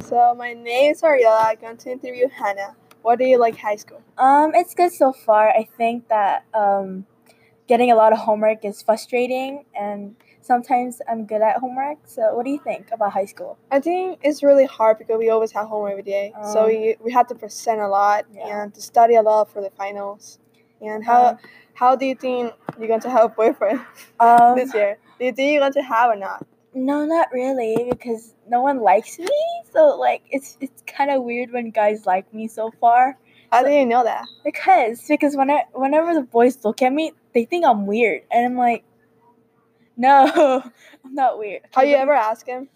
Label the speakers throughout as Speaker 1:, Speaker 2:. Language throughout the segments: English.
Speaker 1: So my name is Ariella. I'm going to interview Hannah. What do you like high school?
Speaker 2: Um, it's good so far. I think that um, getting a lot of homework is frustrating, and sometimes I'm good at homework. So, what do you think about high school?
Speaker 1: I think it's really hard because we always have homework every day. so
Speaker 2: Um,
Speaker 1: we, we have to present a lot
Speaker 2: Yeah.
Speaker 1: and to study a lot for the finals. And how
Speaker 2: Um,
Speaker 1: how do you think you're going to have a boyfriend
Speaker 2: Um,
Speaker 1: this year? Do you think you're going to have or not?
Speaker 2: no, not really, because no one likes me. So, like, it's it's kind of weird when guys like me so far.
Speaker 1: How do you know that?
Speaker 2: Because because when I, whenever the boys look at me, they think I'm weird, and I'm like, no, I'm not weird.
Speaker 1: Have you
Speaker 2: Okay,
Speaker 1: ever asked him?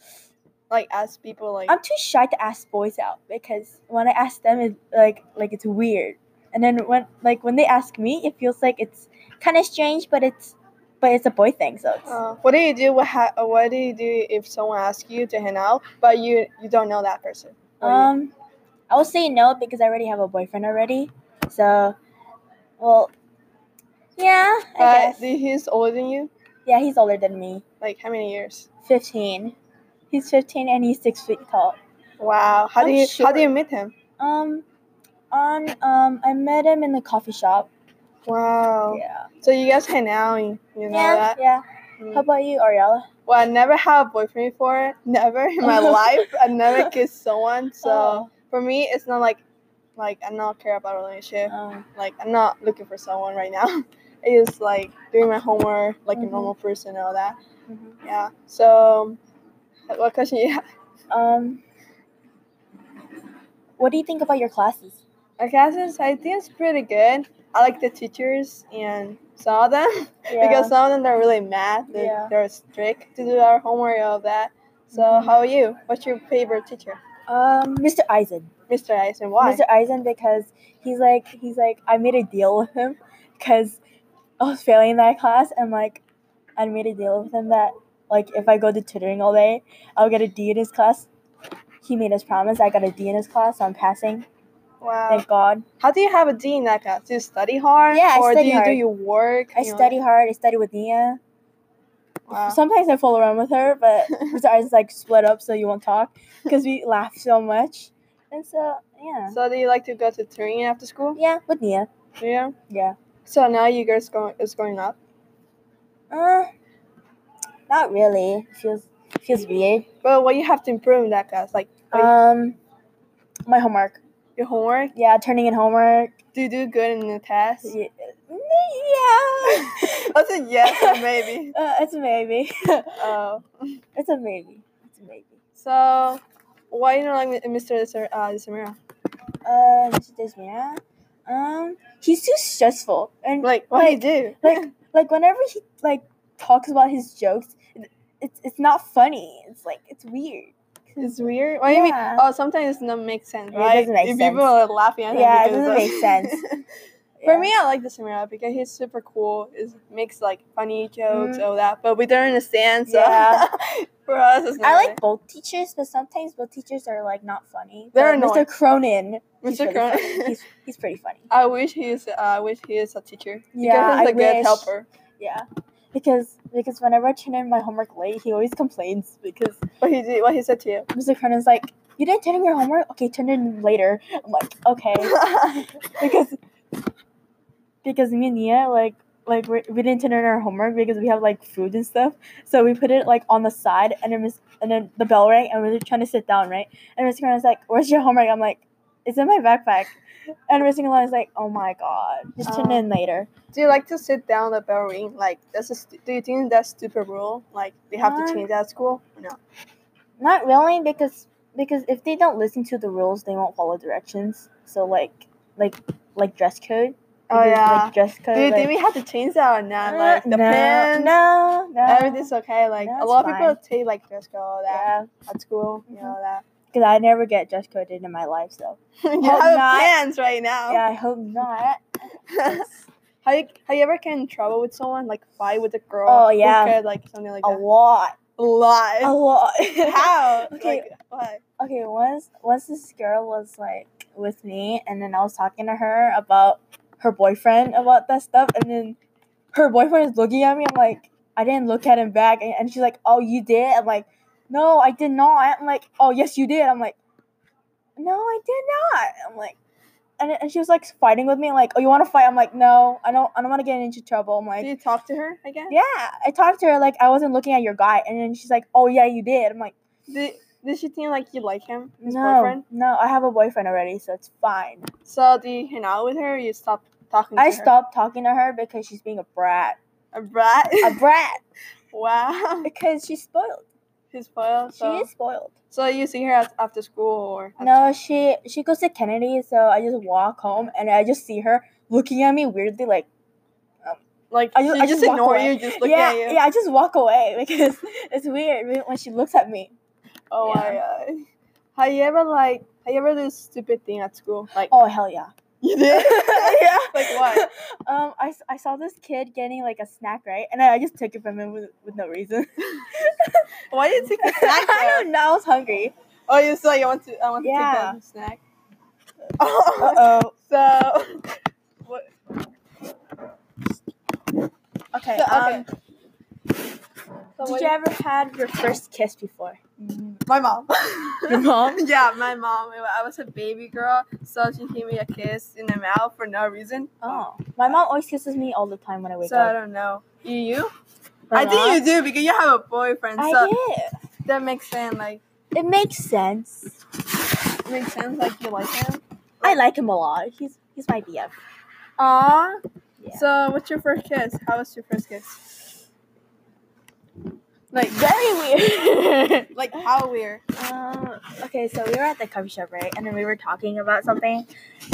Speaker 1: Like ask people like
Speaker 2: I'm too shy to ask boys out because when I ask them, it like like it's weird. And then when like when they ask me, it feels like it's kind of strange, but it's but it's a boy thing, so it's,
Speaker 1: uh, what do you do what ha- uh, what do you do if someone asks you to hang out but you you don't know that person? What do you-
Speaker 2: um I will say no because I already have a boyfriend already. So well, yeah, I
Speaker 1: but
Speaker 2: guess.
Speaker 1: he's older than you?
Speaker 2: yeah, he's older than me,
Speaker 1: Like how many years?
Speaker 2: fifteen. He's fifteen and he's six feet tall.
Speaker 1: Wow. How do
Speaker 2: I'm
Speaker 1: you how do
Speaker 2: sure.
Speaker 1: you meet him?
Speaker 2: Um, on um, I met him in the coffee shop.
Speaker 1: Wow.
Speaker 2: Yeah,
Speaker 1: So you guys hang out, you Oh, you know
Speaker 2: yeah, Mm-hmm.
Speaker 1: that?
Speaker 2: yeah.
Speaker 1: Mm.
Speaker 2: How about you, Ariella?
Speaker 1: Well, I never had a boyfriend before. Never in my life. I never kissed someone. So
Speaker 2: Um, Oh.
Speaker 1: for me, it's not like like I don't care about a relationship.
Speaker 2: Um,
Speaker 1: Like I'm not looking for someone right now. It's just like doing my homework like a
Speaker 2: Mhm.
Speaker 1: normal person and all that.
Speaker 2: mhm.
Speaker 1: Yeah. So what question you have?
Speaker 2: Um, what do you think about your classes?
Speaker 1: My classes, I think it's pretty good. I like the teachers and some of them. because some of them are really mad. They,
Speaker 2: Yeah.
Speaker 1: They're strict to do our homework and all that. So
Speaker 2: Mhm.
Speaker 1: how are you? What's your favorite teacher?
Speaker 2: um, Mr. Eisen.
Speaker 1: Mr. Eisen, why?
Speaker 2: Mr. Eisen because he's like he's like I made a deal with him because I was failing that class and like I made a deal with him that like if I go to tutoring all day I'll get a D in his class. He made us promise I got a D in his class, so I'm passing.
Speaker 1: Wow.
Speaker 2: Thank God.
Speaker 1: How do you have a D in that class? Do you study hard?
Speaker 2: Yeah, I
Speaker 1: Or do
Speaker 2: study
Speaker 1: you do
Speaker 2: hard.
Speaker 1: your work?
Speaker 2: I
Speaker 1: you know?
Speaker 2: study hard. I study with Nia.
Speaker 1: Wow.
Speaker 2: Sometimes I fool around with her, but Mr. Eisen's like split up so you won't talk because we laugh so much. And so yeah,
Speaker 1: So do you like to go to tutoring after school?
Speaker 2: yeah, with Nia.
Speaker 1: Yeah.
Speaker 2: Yeah.
Speaker 1: So now you guys going is going up.
Speaker 2: Uh, not really. Feels feels weird.
Speaker 1: But what you have to improve in that class? Like what you-
Speaker 2: Um, my homework.
Speaker 1: your homework?
Speaker 2: Yeah, turning in homework.
Speaker 1: Do you do good in the test?
Speaker 2: Yeah, yeah.
Speaker 1: I said yes or maybe.
Speaker 2: uh, it's a maybe.
Speaker 1: Oh.
Speaker 2: It's a maybe. It's a maybe.
Speaker 1: So why you don't like Mr. Deser- uh, Desemira?
Speaker 2: Uh, Mr. Desmia. Um, he's too stressful, and
Speaker 1: Like what do you do?
Speaker 2: like like whenever he like talks about his jokes, it- it's it's not funny. It's like it's weird.
Speaker 1: It's weird. What do you mean?
Speaker 2: Yeah.
Speaker 1: Oh, sometimes it doesn't make sense,
Speaker 2: Yeah, it
Speaker 1: right?
Speaker 2: doesn't make
Speaker 1: if
Speaker 2: sense.
Speaker 1: people are laughing at him
Speaker 2: Yeah, it
Speaker 1: because
Speaker 2: doesn't
Speaker 1: of-
Speaker 2: make
Speaker 1: For
Speaker 2: Yeah.
Speaker 1: me, I like the Samira because he's super cool. It makes like funny jokes,
Speaker 2: Mhm.
Speaker 1: all that, but we don't understand. So
Speaker 2: Yeah.
Speaker 1: for us, it's not
Speaker 2: I
Speaker 1: really-
Speaker 2: like both teachers, but sometimes both teachers are like not funny.
Speaker 1: They're
Speaker 2: But
Speaker 1: annoying.
Speaker 2: Mr. Cronin. he's
Speaker 1: Mr.
Speaker 2: really
Speaker 1: Cronin.
Speaker 2: funny. he's, he's pretty funny.
Speaker 1: I wish he is. Uh, I wish he is a teacher.
Speaker 2: Yeah,
Speaker 1: because he's a
Speaker 2: I
Speaker 1: good
Speaker 2: wish.
Speaker 1: helper.
Speaker 2: Yeah, because because whenever I turn in my homework late, he always complains because
Speaker 1: What he did, what he said to you.
Speaker 2: Mr. Cronin's like, "You didn't turn in your homework? Okay, turn it in later." I'm like, "Okay," because because me and Nia like like we're, we didn't turn in our homework because we have like food and stuff, so we put it like on the side, and then Miss and then the bell rang, and we we're trying to sit down, right? And Mr. Cronin's like, "Where's your homework?" I'm like, "It's in my backpack." And Mr. Cronin's like, "Oh my god, Uh, just turn it in later."
Speaker 1: do you like to sit down the bell ring? Like that's a stu- do you think that's stupid rule? Like they have
Speaker 2: Uh,
Speaker 1: to change that at school? No.
Speaker 2: Not really, because because if they don't listen to the rules, they won't follow directions. So like like like dress code.
Speaker 1: Oh
Speaker 2: Because,
Speaker 1: yeah.
Speaker 2: like dress code.
Speaker 1: Do you
Speaker 2: like,
Speaker 1: think we have to change that or not? Like the
Speaker 2: no,
Speaker 1: pants,
Speaker 2: No, no.
Speaker 1: everything's okay. Like a
Speaker 2: That's
Speaker 1: lot of people take like dress code all that
Speaker 2: Yeah,
Speaker 1: at school, you
Speaker 2: Mhm.
Speaker 1: know that.
Speaker 2: because I never get dress coded in my life, so
Speaker 1: you
Speaker 2: Hope
Speaker 1: have
Speaker 2: not.
Speaker 1: plans right now.
Speaker 2: yeah, I hope not.
Speaker 1: How you, how you ever get in trouble with someone like fight with a girl?
Speaker 2: Oh,
Speaker 1: who
Speaker 2: yeah.
Speaker 1: could, like something like
Speaker 2: A
Speaker 1: that.
Speaker 2: lot,
Speaker 1: A lot.
Speaker 2: a lot.
Speaker 1: How?
Speaker 2: Okay.
Speaker 1: Like, what?
Speaker 2: okay, once once this girl was like with me, and then I was talking to her about her boyfriend about that stuff, and then her boyfriend is looking at me. I'm like, I didn't look at him back, and, and she's like, Oh, you did? I'm like, No, I did not. I'm like, Oh, yes, you did. I'm like, no, I did not. I'm like, and, and she was like fighting with me, like, oh, you want to fight? I'm like, no, I don't, I don't want to get into trouble. I'm like,
Speaker 1: Did you talk to her again?
Speaker 2: yeah, I talked to her like I wasn't looking at your guy, and then she's like, oh yeah, you did. I'm like,
Speaker 1: Did, did she think like you like him, his
Speaker 2: no,
Speaker 1: boyfriend?
Speaker 2: no, I have a boyfriend already, so it's fine.
Speaker 1: So do you hang out with her? or You stop talking. to
Speaker 2: I
Speaker 1: her?
Speaker 2: stopped talking to her because she's being a brat,
Speaker 1: A brat.
Speaker 2: a brat,
Speaker 1: wow.
Speaker 2: because she's spoiled.
Speaker 1: She's spoiled. So.
Speaker 2: She is spoiled.
Speaker 1: So you see her at, after school or? at
Speaker 2: No, she she goes to Kennedy, so I just walk home and I just see her looking at me weirdly, like
Speaker 1: Like
Speaker 2: I
Speaker 1: she
Speaker 2: ju-
Speaker 1: just,
Speaker 2: I just walk
Speaker 1: ignore
Speaker 2: away.
Speaker 1: you, just look
Speaker 2: yeah,
Speaker 1: at you.
Speaker 2: yeah. I just walk away because it's weird when- when she looks at me.
Speaker 1: Oh
Speaker 2: Yeah.
Speaker 1: my god. Have you ever like have you ever do stupid thing at school? Like
Speaker 2: Oh hell yeah!
Speaker 1: you did?
Speaker 2: yeah.
Speaker 1: Like what?
Speaker 2: Um, I, s- I saw this kid getting like a snack right, and I, I just took it from him with, with no reason.
Speaker 1: Why did you take a snack?
Speaker 2: I
Speaker 1: though?
Speaker 2: don't know. I was hungry.
Speaker 1: Oh you saw you want to I want
Speaker 2: Yeah.
Speaker 1: to take that snack.
Speaker 2: Uh oh.
Speaker 1: so what
Speaker 2: Okay.
Speaker 1: so, okay. So
Speaker 2: Um, did
Speaker 1: what- Mm-hmm.
Speaker 2: you ever had your first kiss before?
Speaker 1: my mom.
Speaker 2: Your mom?
Speaker 1: yeah, my mom. I was a baby girl, so she gave me a kiss in the mouth for no reason.
Speaker 2: Oh, my mom always kisses me all the time when I wake
Speaker 1: So I
Speaker 2: up.
Speaker 1: don't know. You you?
Speaker 2: My
Speaker 1: I
Speaker 2: mom-
Speaker 1: think you do because you have a boyfriend.
Speaker 2: I
Speaker 1: so
Speaker 2: did.
Speaker 1: that makes sense. Like
Speaker 2: It makes sense.
Speaker 1: makes sense. Like you like him.
Speaker 2: I like him a lot. He's he's my BF.
Speaker 1: Aw.
Speaker 2: Yeah.
Speaker 1: So, what's your first kiss? How was your first kiss?
Speaker 2: Like very weird.
Speaker 1: Like, how weird?
Speaker 2: Um, okay, so we were at the coffee shop, right? And then we were talking about something,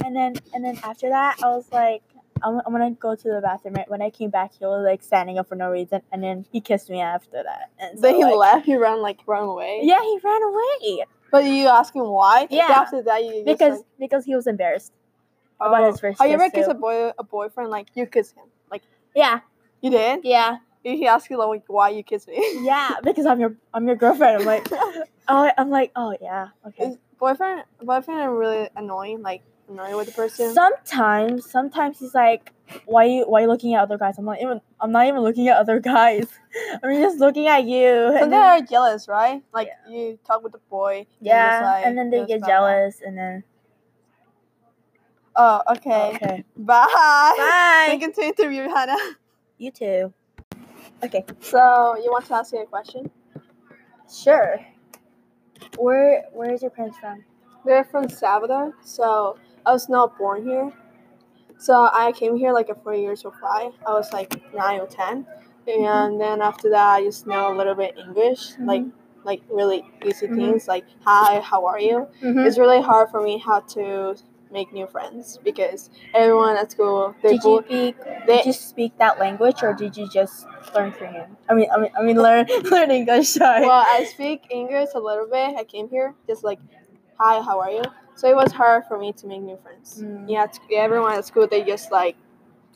Speaker 2: and then and then after that, I was like, I'm, I'm gonna go to the bathroom. Right when I came back, he was like standing up for no reason, and then he kissed me after that. And so,
Speaker 1: Then he
Speaker 2: like-
Speaker 1: left. He ran like run away.
Speaker 2: Yeah, he ran away
Speaker 1: But you ask him why?
Speaker 2: Yeah.
Speaker 1: After that, you just,
Speaker 2: because
Speaker 1: like,
Speaker 2: because he was embarrassed about
Speaker 1: oh.
Speaker 2: his first.
Speaker 1: Have you ever
Speaker 2: kiss,
Speaker 1: kissed
Speaker 2: too.
Speaker 1: a boy a boyfriend? Like you kiss him. Like
Speaker 2: Yeah,
Speaker 1: you did.
Speaker 2: yeah,
Speaker 1: He asked you like why you kiss me.
Speaker 2: yeah. Because I'm your I'm your girlfriend. I'm like, oh, I'm like, oh yeah, okay.
Speaker 1: Is boyfriend boyfriend are really annoying. Like annoying with the person.
Speaker 2: Sometimes, sometimes he's like, "Why you? Why you looking at other guys?" I'm not even. I'm not even looking at other guys. I'm just looking at you.
Speaker 1: Sometimes
Speaker 2: And
Speaker 1: they
Speaker 2: then,
Speaker 1: are jealous, right? Like you talk with the boy. and
Speaker 2: yeah,
Speaker 1: it's like,
Speaker 2: and then they
Speaker 1: just
Speaker 2: get
Speaker 1: blah, blah.
Speaker 2: jealous, and then
Speaker 1: Oh, okay.
Speaker 2: okay,
Speaker 1: Bye.
Speaker 2: bye.
Speaker 1: Thank you to interview Hannah.
Speaker 2: You too. Okay,
Speaker 1: So you want to ask me a question?
Speaker 2: sure. Where Where is your parents from?
Speaker 1: They're from Salvador, so I was not born here. So I came here like at four years old five. I was like nine or 10
Speaker 2: Mm-hmm.
Speaker 1: and then after that I just know a little bit English, like
Speaker 2: Mm-hmm.
Speaker 1: like really easy
Speaker 2: Mhm.
Speaker 1: things like hi, how are you?
Speaker 2: Mm-hmm.
Speaker 1: It's really hard for me how to make new friends because everyone at school they
Speaker 2: Did you
Speaker 1: bully-
Speaker 2: speak?
Speaker 1: they
Speaker 2: Did you speak that language, or did you just learn Korean? I mean, I mean, I mean, learn learn English. Sorry.
Speaker 1: well I speak English a little bit. I came here just like hi, how are you? So it was hard for me to make new friends.
Speaker 2: Mm.
Speaker 1: yeah, it's, everyone at school they just like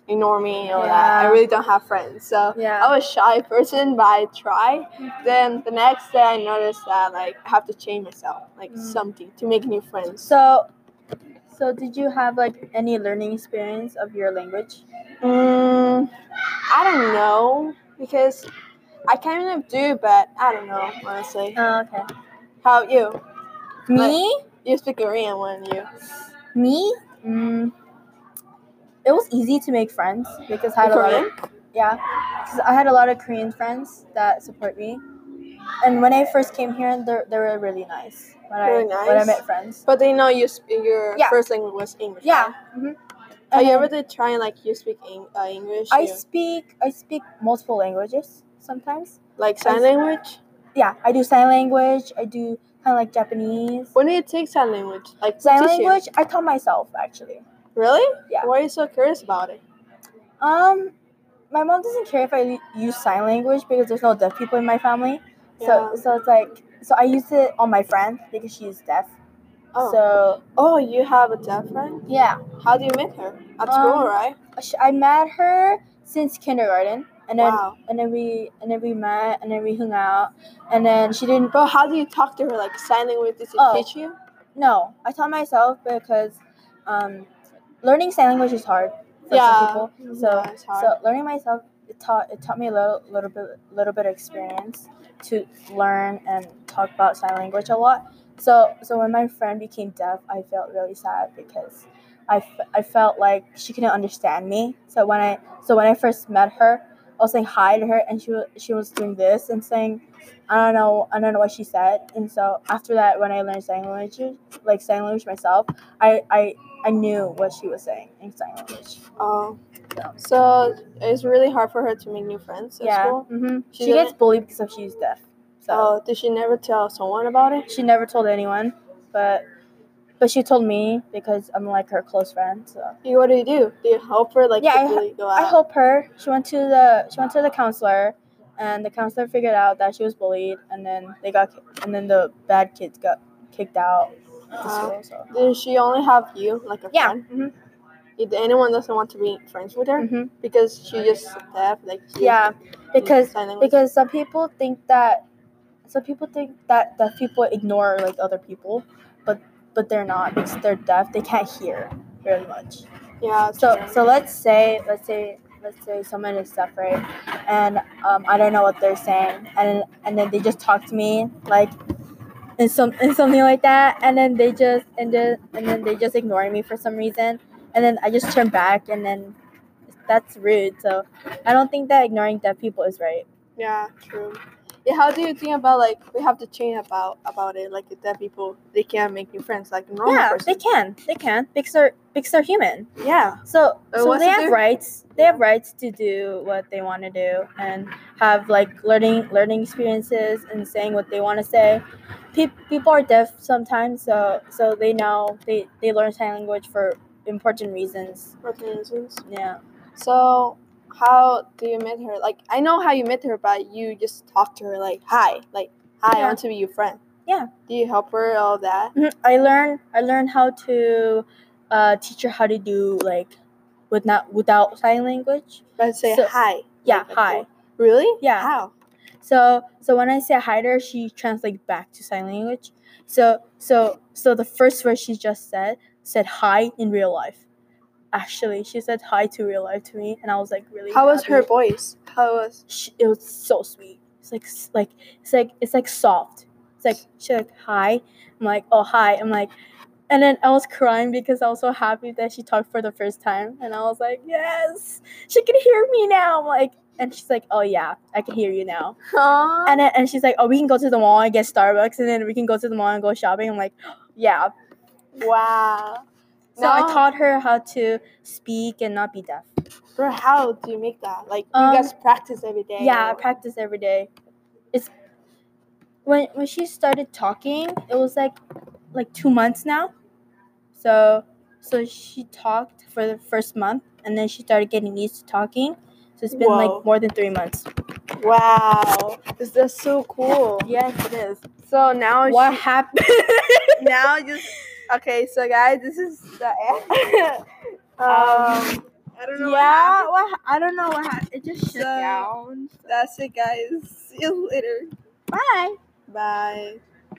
Speaker 1: ignore me and all that. I
Speaker 2: Yeah.
Speaker 1: really don't have friends, so
Speaker 2: yeah.
Speaker 1: I was a shy person, but I try. Then the next day, I noticed that like I have to change myself, like
Speaker 2: Mm.
Speaker 1: something to make new friends.
Speaker 2: So, so did you have like any learning experience of your language?
Speaker 1: Mm, I don't know because I kind of do, but I don't know honestly.
Speaker 2: Oh, okay.
Speaker 1: How about you?
Speaker 2: Me,
Speaker 1: You speak Korean, when you?
Speaker 2: me. Mm, it was easy to make friends because I had a lot of yeah, because I had a lot of Korean friends that support me, and when I first came here, they they were really nice when I
Speaker 1: Really
Speaker 2: when I
Speaker 1: nice.
Speaker 2: met friends.
Speaker 1: But they know you speak your
Speaker 2: Yeah.
Speaker 1: first language was English.
Speaker 2: Yeah.
Speaker 1: right?
Speaker 2: hmm
Speaker 1: Have you ever did try and like you speak Eng- uh, English?
Speaker 2: I
Speaker 1: you-
Speaker 2: speak I speak multiple languages sometimes.
Speaker 1: like sign
Speaker 2: s-
Speaker 1: language.
Speaker 2: Yeah, I do sign language. I do kind of like Japanese.
Speaker 1: When did you take sign language? Like who
Speaker 2: Sign
Speaker 1: teach you?
Speaker 2: language, I taught myself actually.
Speaker 1: Really?
Speaker 2: Yeah.
Speaker 1: Why are you so curious about it?
Speaker 2: Um, my mom doesn't care if I use sign language because there's no deaf people in my family.
Speaker 1: Yeah.
Speaker 2: So so it's like so I use it on my friend because she is deaf.
Speaker 1: Oh.
Speaker 2: So
Speaker 1: oh, you have a deaf friend?
Speaker 2: yeah,
Speaker 1: How do you meet her? At
Speaker 2: Um,
Speaker 1: school, right?
Speaker 2: Sh- I met her since kindergarten, and then
Speaker 1: wow.
Speaker 2: and then we and then we met and then we hung out, and then she didn't.
Speaker 1: But how do you talk to her? Like sign language? Does she
Speaker 2: Oh.
Speaker 1: teach you?
Speaker 2: No, I taught myself because, um, learning sign language is hard for
Speaker 1: Yeah. Mm-hmm.
Speaker 2: some people. So
Speaker 1: Yeah, it's hard.
Speaker 2: So learning myself, it taught it taught me a little little bit little bit of experience to learn and talk about sign language a lot. So so when my friend became deaf, I felt really sad because I, f- I felt like she couldn't understand me. So when I so when I first met her, I was saying hi to her, and she was she was doing this and saying, I don't know, I don't know what she said. And so after that, when I learned sign language, like sign language myself, I I I knew what she was saying in sign language.
Speaker 1: Um, so it's really hard for her to make new friends at
Speaker 2: yeah.
Speaker 1: school.
Speaker 2: hmm
Speaker 1: She
Speaker 2: She, gets
Speaker 1: doesn't-
Speaker 2: bullied because she's deaf. So.
Speaker 1: Oh, did she never tell someone about it?
Speaker 2: She never told anyone, but but she told me because I'm like her close friend. So
Speaker 1: You- What do you do? Do you help her? Like,
Speaker 2: Yeah,
Speaker 1: to
Speaker 2: I-
Speaker 1: really go out?
Speaker 2: I helped her. She went to the she went to the counselor, and the counselor figured out that she was bullied, and then they got ki- and then the bad kids got kicked out. of
Speaker 1: Uh,
Speaker 2: The school, so.
Speaker 1: did she only have you, like a
Speaker 2: Yeah.
Speaker 1: friend?
Speaker 2: hmm
Speaker 1: If anyone doesn't want to be friends with her
Speaker 2: hmm
Speaker 1: because she just deaf, like she
Speaker 2: Yeah, because
Speaker 1: sign language.
Speaker 2: because some people think that some people think that that people ignore like other people, but but they're not because they're deaf. They can't hear very much.
Speaker 1: yeah.
Speaker 2: So so let's say let's say let's say someone is deaf, right? And um, I don't know what they're saying, and and then they just talk to me like in some in something like that, and then they just and then and then they just ignore me for some reason, and then I just turn back, and then that's rude. So I don't think that ignoring deaf people is right.
Speaker 1: yeah, true. Yeah, how do you think about like we have to change about about it? Like the deaf people, they can't make new friends like a normal
Speaker 2: yeah,
Speaker 1: person.
Speaker 2: they can, they can because they're because they're human.
Speaker 1: yeah,
Speaker 2: So,
Speaker 1: Uh,
Speaker 2: so
Speaker 1: what's
Speaker 2: they
Speaker 1: it
Speaker 2: have
Speaker 1: do?
Speaker 2: rights. They have rights to do what they want to do and have like learning learning experiences and saying what they want to say. Pe- people are deaf sometimes, so so they know they they learn sign language for important reasons.
Speaker 1: for the reasons.
Speaker 2: Yeah.
Speaker 1: So how do you meet her? Like I know how you met her, but you just talk to her like hi, like hi, I
Speaker 2: Yeah.
Speaker 1: want to be your friend.
Speaker 2: Yeah.
Speaker 1: Do you help her all that?
Speaker 2: Mhm. I learned I learned how to uh, teach her how to do like with not without sign language.
Speaker 1: But say
Speaker 2: So-
Speaker 1: hi.
Speaker 2: Yeah,
Speaker 1: like, "Oh,
Speaker 2: hi.
Speaker 1: Really?
Speaker 2: Yeah.
Speaker 1: How?
Speaker 2: So so when I say hi to her, she translates back to sign language. So so so the first word she just said said hi in real life. Actually, she said hi to real life to me, and I was like really.
Speaker 1: How was her
Speaker 2: happy.
Speaker 1: voice? How was?
Speaker 2: She, it was so sweet. It's like s- like it's like it's like soft. It's like she's like hi. I'm like oh hi. I'm like, and then I was crying because I was so happy that she talked for the first time, and I was like yes, she can hear me now. I'm like, and she's like oh yeah, I can hear you now. And then, and she's like, oh, we can go to the mall and get Starbucks, and then we can go to the mall and go shopping. I'm like, yeah.
Speaker 1: wow.
Speaker 2: So I
Speaker 1: Now-
Speaker 2: taught her how to speak and not be deaf.
Speaker 1: Bro, how do you make that? Like
Speaker 2: Um,
Speaker 1: you guys practice every day.
Speaker 2: Yeah, I
Speaker 1: or-
Speaker 2: practice every day. It's when when she started talking, it was like like two months now. So so she talked for the first month, and then she started getting used to talking. So it's been
Speaker 1: Whoa.
Speaker 2: like more than three months.
Speaker 1: wow, this is so cool.
Speaker 2: Yes, it is.
Speaker 1: So now
Speaker 2: Oh, What happened?
Speaker 1: she- now just okay. So guys, this is the end. um, I don't know.
Speaker 2: yeah,
Speaker 1: What happened.
Speaker 2: what, I don't know what happened. It just shut
Speaker 1: So-
Speaker 2: down.
Speaker 1: That's it, guys. See you later.
Speaker 2: Bye.
Speaker 1: Bye.